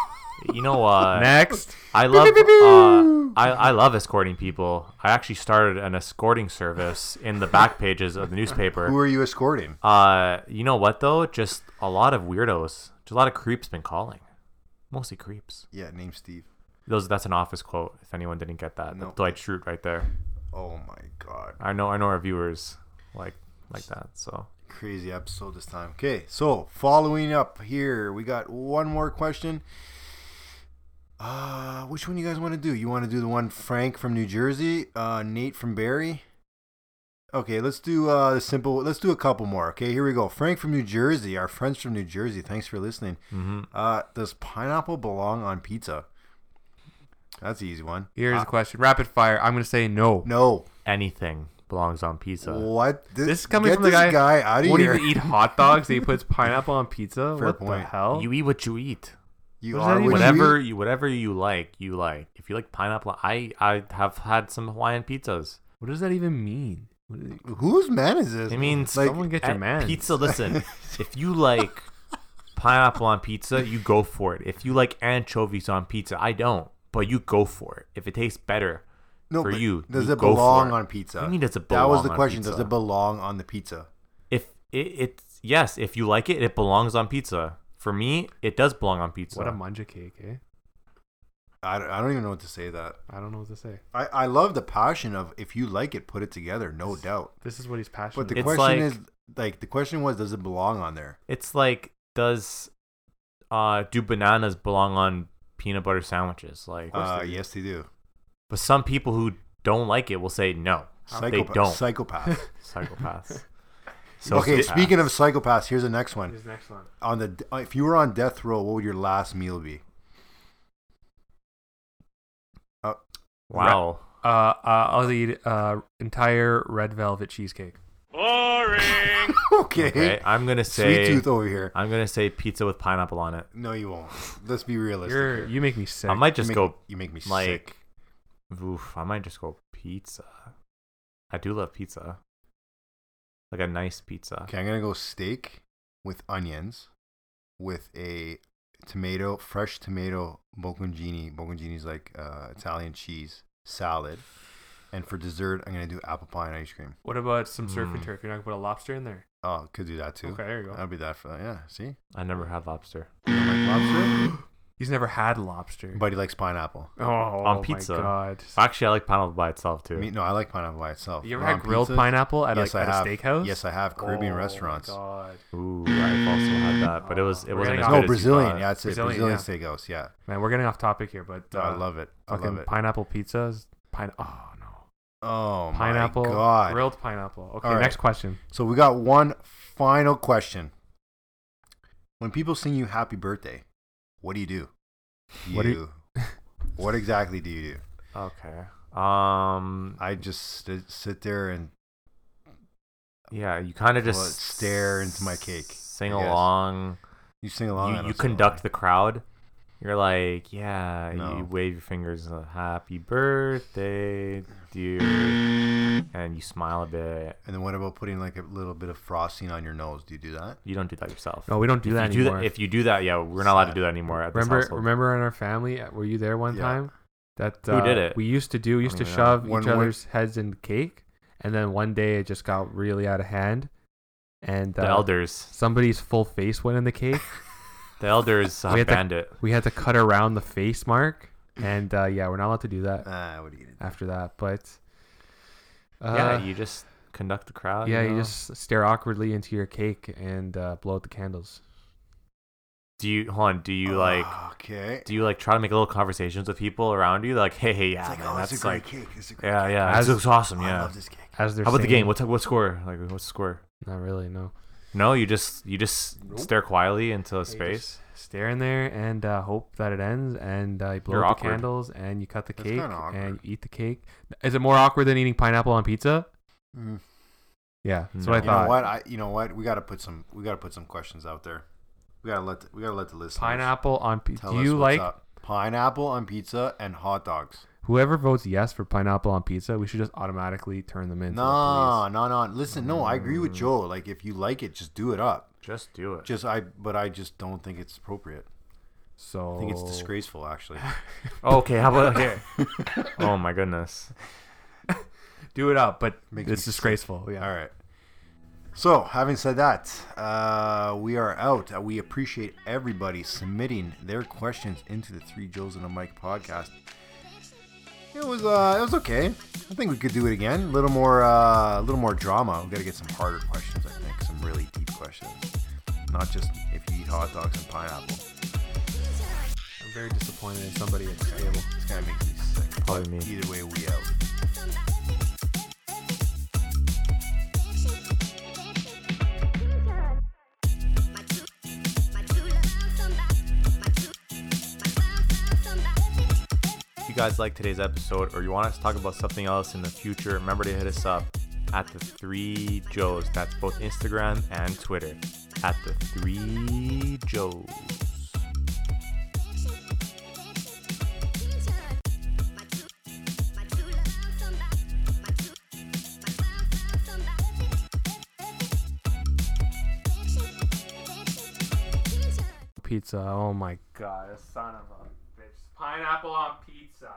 Speaker 4: You
Speaker 1: *laughs*
Speaker 4: know what?
Speaker 2: Next.
Speaker 4: I love uh, I, I love escorting people. I actually started an escorting service in the back pages of the
Speaker 1: Who
Speaker 4: newspaper.
Speaker 1: are you escorting?
Speaker 4: Uh, you know what though? Just a lot of weirdos. Just a lot of creeps been calling. Mostly creeps.
Speaker 1: Yeah, name Steve.
Speaker 4: Those that's an office quote. If anyone didn't get that,
Speaker 1: No.
Speaker 4: that's Dwight Schrute right there.
Speaker 1: Oh my god.
Speaker 4: I know I know our viewers like like that. So
Speaker 1: Crazy episode this time. Okay, so following up here, we got one more question. Uh, which one you guys want to do? You want to do the one Frank from New Jersey, uh, Nate from Barrie? Okay, let's do uh, the simple. Let's do a couple more. Okay, here we go. Frank from New Jersey, our friends from New Jersey. Thanks for listening.
Speaker 2: Mm-hmm.
Speaker 4: mhm.
Speaker 1: Uh, does pineapple belong on pizza? That's the easy one.
Speaker 2: Here's
Speaker 1: Uh,
Speaker 2: a question. Rapid fire. I'm gonna say no.
Speaker 1: no.
Speaker 4: anything belongs on pizza.
Speaker 1: What?
Speaker 2: This is coming
Speaker 1: get
Speaker 2: from the
Speaker 1: this
Speaker 2: guy,
Speaker 1: guy out of
Speaker 2: won't
Speaker 1: here.
Speaker 2: even eat hot dogs. he *laughs* puts pineapple on pizza.
Speaker 1: Fair
Speaker 2: what
Speaker 1: point.
Speaker 2: the hell?
Speaker 4: You eat what you eat.
Speaker 1: You
Speaker 2: What does
Speaker 1: are what
Speaker 2: that even-
Speaker 1: you
Speaker 4: whatever
Speaker 1: eat.
Speaker 4: you whatever you like, you like. If you like pineapple, I I have had some Hawaiian pizzas.
Speaker 2: what does that even mean? What is-
Speaker 1: Whose man is this?
Speaker 4: It means
Speaker 1: Like,
Speaker 2: someone get your
Speaker 4: at
Speaker 2: man.
Speaker 4: Pizza. Listen, if you like pineapple on pizza, you go for it. If you like anchovies on pizza, I don't, but you go for it. If it tastes better,
Speaker 1: no,
Speaker 4: for
Speaker 1: but
Speaker 4: you,
Speaker 1: Does
Speaker 4: you
Speaker 1: it
Speaker 4: go for
Speaker 1: belong
Speaker 4: it.
Speaker 1: on pizza?
Speaker 4: What do you mean, does it
Speaker 1: That was
Speaker 4: belong
Speaker 1: the
Speaker 4: on
Speaker 1: question. Does
Speaker 4: pizza?
Speaker 1: it belong on the pizza?
Speaker 4: if it, it yes, if you like it, it belongs on pizza. For me, it does belong on pizza.
Speaker 2: What a manja cake, eh?
Speaker 1: I don't, I don't even know what to say that.
Speaker 2: I don't know what to say.
Speaker 1: I, I love the passion of if you like it, put it together, no doubt.
Speaker 2: This is what he's passionate.
Speaker 1: But the
Speaker 4: It's
Speaker 1: question
Speaker 4: like-
Speaker 1: is, like, the question was, does it belong on there?
Speaker 4: It's like does uh do bananas belong on peanut butter sandwiches? Like
Speaker 1: Uh, yes, they do.
Speaker 4: But some people who don't like it will say no. They
Speaker 1: Psychopath.
Speaker 4: don't. *laughs*
Speaker 1: Psychopath. *laughs*
Speaker 4: Psychopaths.
Speaker 1: okay,
Speaker 4: Sociopaths.
Speaker 1: speaking of psychopaths, here's the next one.
Speaker 2: Here's the next one.
Speaker 1: on the uh, if you were on death row, what would your last meal be? *laughs*
Speaker 4: wow,
Speaker 2: Uh, uh, I'll eat uh entire red velvet cheesecake.
Speaker 1: okay.
Speaker 4: okay, I'm gonna
Speaker 1: Sweet
Speaker 4: say
Speaker 1: tooth over here.
Speaker 4: I'm gonna say pizza with pineapple on it.
Speaker 1: No, you won't. Let's be realistic.
Speaker 2: You're,
Speaker 1: here.
Speaker 2: you make me sick.
Speaker 4: I might just
Speaker 1: you make,
Speaker 4: go
Speaker 1: You make me
Speaker 4: like,
Speaker 1: sick.
Speaker 4: oof. I might just go pizza. I do love pizza, like a nice pizza.
Speaker 1: Okay, I'm gonna go steak with onions, with a tomato, fresh tomato bocconcini. Bocconcini's like uh, Italian cheese salad. And for dessert, I'm gonna do apple pie and ice cream.
Speaker 2: What about some surf and
Speaker 4: Mm.
Speaker 2: turf? You're not gonna put a lobster in there?
Speaker 1: Oh, could do that too.
Speaker 2: Okay, there you go.
Speaker 1: That'll be that for that. Yeah, see,
Speaker 4: I never had lobster
Speaker 1: You don't like *gasps* lobster,
Speaker 2: He's never had lobster.
Speaker 1: but he likes pineapple.
Speaker 2: oh,
Speaker 4: on pizza.
Speaker 2: my god.
Speaker 4: Actually, I like pineapple by itself too.
Speaker 1: Me, no, I like pineapple by itself.
Speaker 2: You ever
Speaker 1: But
Speaker 2: had
Speaker 1: on
Speaker 2: grilled
Speaker 1: pizzas-
Speaker 2: pineapple at
Speaker 1: yes,
Speaker 2: like
Speaker 1: I
Speaker 2: at
Speaker 1: have.
Speaker 2: a steakhouse?
Speaker 1: Yes, I have Caribbean
Speaker 2: Oh, my
Speaker 1: restaurants.
Speaker 2: God.
Speaker 4: Ooh, I've also had that, but it was it
Speaker 2: We're
Speaker 4: wasn't
Speaker 2: getting
Speaker 4: as
Speaker 2: off-
Speaker 4: good
Speaker 1: No,
Speaker 4: as
Speaker 1: Brazilian.
Speaker 4: You
Speaker 1: Yeah,
Speaker 4: thought.
Speaker 1: it's Brazilian,
Speaker 2: Brazilian,
Speaker 1: Brazilian steakhouse. Yeah,
Speaker 2: Man, we're getting off topic here, but
Speaker 1: No, I
Speaker 2: uh,
Speaker 1: love it. I
Speaker 2: Fucking
Speaker 1: love it.
Speaker 2: pineapple pizzas. Pine. Oh no.
Speaker 1: oh
Speaker 2: pineapple.
Speaker 1: my god!
Speaker 2: Grilled pineapple. Okay.
Speaker 1: All right.
Speaker 2: Next question.
Speaker 1: So we got one final question. When people sing you happy birthday, what do you do?
Speaker 2: What do you-
Speaker 1: *laughs* what exactly do you do?
Speaker 4: Okay. Um.
Speaker 1: I just sit, sit there and
Speaker 4: Yeah, you kind of
Speaker 1: Well,
Speaker 4: just
Speaker 1: stare into my cake,
Speaker 4: sing
Speaker 1: I guess.
Speaker 4: along.
Speaker 1: you sing along. I
Speaker 4: You,
Speaker 1: don't
Speaker 4: you
Speaker 1: sing
Speaker 4: conduct
Speaker 1: along.
Speaker 4: the crowd. You're like, yeah.
Speaker 1: No.
Speaker 4: You wave your fingers, uh, happy birthday, dear, and you smile a bit.
Speaker 1: And then what about putting like a little bit of frosting on your nose? Do you do
Speaker 4: *laughs*
Speaker 1: that?
Speaker 4: You don't do that yourself.
Speaker 2: No, we don't do
Speaker 4: if
Speaker 2: that
Speaker 4: you
Speaker 2: anymore.
Speaker 4: Do that, if you do that, yeah, we're not allowed to
Speaker 1: Sad.
Speaker 4: do that anymore. At this
Speaker 2: remember,
Speaker 4: household.
Speaker 2: remember in our family, uh, were you there one
Speaker 1: Yeah.
Speaker 2: time? That
Speaker 4: Who
Speaker 2: uh,
Speaker 4: did it? uh,
Speaker 2: We used to do. We used to
Speaker 4: don't even know.
Speaker 2: shove
Speaker 1: When-
Speaker 2: each
Speaker 1: when-
Speaker 2: other's heads in cake, and then one day it just got really out of hand, and uh,
Speaker 4: the elders.
Speaker 2: somebody's full face went in
Speaker 4: *laughs*
Speaker 2: the cake.
Speaker 4: The elders
Speaker 2: we
Speaker 4: have
Speaker 2: had
Speaker 4: banned
Speaker 2: to,
Speaker 4: it.
Speaker 2: We had to cut around the face mark, and uh, yeah, we're not allowed to do that
Speaker 1: Ah, what do you do?
Speaker 2: after that. But uh,
Speaker 4: yeah, you just conduct the crowd.
Speaker 2: yeah,
Speaker 4: you
Speaker 2: you
Speaker 4: know?
Speaker 2: just stare awkwardly into your cake and uh, blow out the candles.
Speaker 4: do you hold on? Do you like?
Speaker 1: okay?
Speaker 4: Do you like try to make little conversations with people around you? Like, hey, hey, yeah,
Speaker 1: It's like,
Speaker 4: man,
Speaker 1: oh,
Speaker 4: that's
Speaker 1: it's a great
Speaker 4: like,
Speaker 1: cake. It's a great
Speaker 4: yeah,
Speaker 1: cake.
Speaker 4: yeah,
Speaker 2: As-
Speaker 4: this looks awesome,
Speaker 1: Oh, I
Speaker 4: yeah.
Speaker 1: love this cake.
Speaker 2: As they're
Speaker 4: How about the
Speaker 2: singing-
Speaker 4: game? What's what score? Like, what's the score?
Speaker 2: Not really, no.
Speaker 4: No, you just you just stare quietly into space.
Speaker 2: Stare in there and uh, hope that it ends. And uh, you blow
Speaker 4: You're
Speaker 2: out the
Speaker 4: awkward.
Speaker 2: candles and you cut the
Speaker 1: That's
Speaker 2: cake
Speaker 1: kinda awkward.
Speaker 2: and you eat the cake. Is it more awkward than eating pineapple on pizza?
Speaker 4: Mm-hmm.
Speaker 1: Mm.
Speaker 2: Yeah, that's
Speaker 4: No.
Speaker 2: what I
Speaker 1: You know
Speaker 2: thought.
Speaker 1: what? I you know what? We gotta put some we gotta put some questions out there. We gotta let the, we gotta let the listeners
Speaker 2: Pineapple on pizza.
Speaker 1: tell
Speaker 2: Do
Speaker 1: us
Speaker 2: you
Speaker 1: what's
Speaker 2: like
Speaker 1: up. pineapple on pizza and hot dogs?
Speaker 2: whoever votes yes for pineapple on pizza? We should just automatically turn them in. to the
Speaker 1: No, no, no. Listen, no, I agree with Joe. Like if you like it, just do it up.
Speaker 4: Just do it.
Speaker 1: Just I but I just don't think it's appropriate.
Speaker 2: police. So
Speaker 1: I think
Speaker 2: Oh.
Speaker 1: it's disgraceful, actually.
Speaker 4: *laughs*
Speaker 2: *laughs*
Speaker 4: Okay, how
Speaker 1: *laughs*
Speaker 4: about here? oh my *laughs* goodness.
Speaker 2: Do it up, but
Speaker 1: Makes
Speaker 2: it's
Speaker 1: me-
Speaker 2: disgraceful. Yeah.
Speaker 1: All right. So, having said that, uh, we are out. Uh, We appreciate everybody submitting their questions into the Three Joes and a Mike podcast. It was uh, it was okay. I think we could do it again. A little more uh, a little more drama. We got to get some harder questions. I think some really deep questions, not just if you eat hot dogs and pineapple.
Speaker 2: I'm very disappointed in somebody at this table.
Speaker 1: It's gonna make me sick.
Speaker 4: Probably me.
Speaker 1: Either way, we out.
Speaker 4: If you guys like today's episode or you want us to talk about something else in the future, remember to hit us up at the Three Joes. That's both Instagram and Twitter. At the Three Joes.
Speaker 2: Pizza. Oh my god, a son of a bitch. Pineapple on pizza.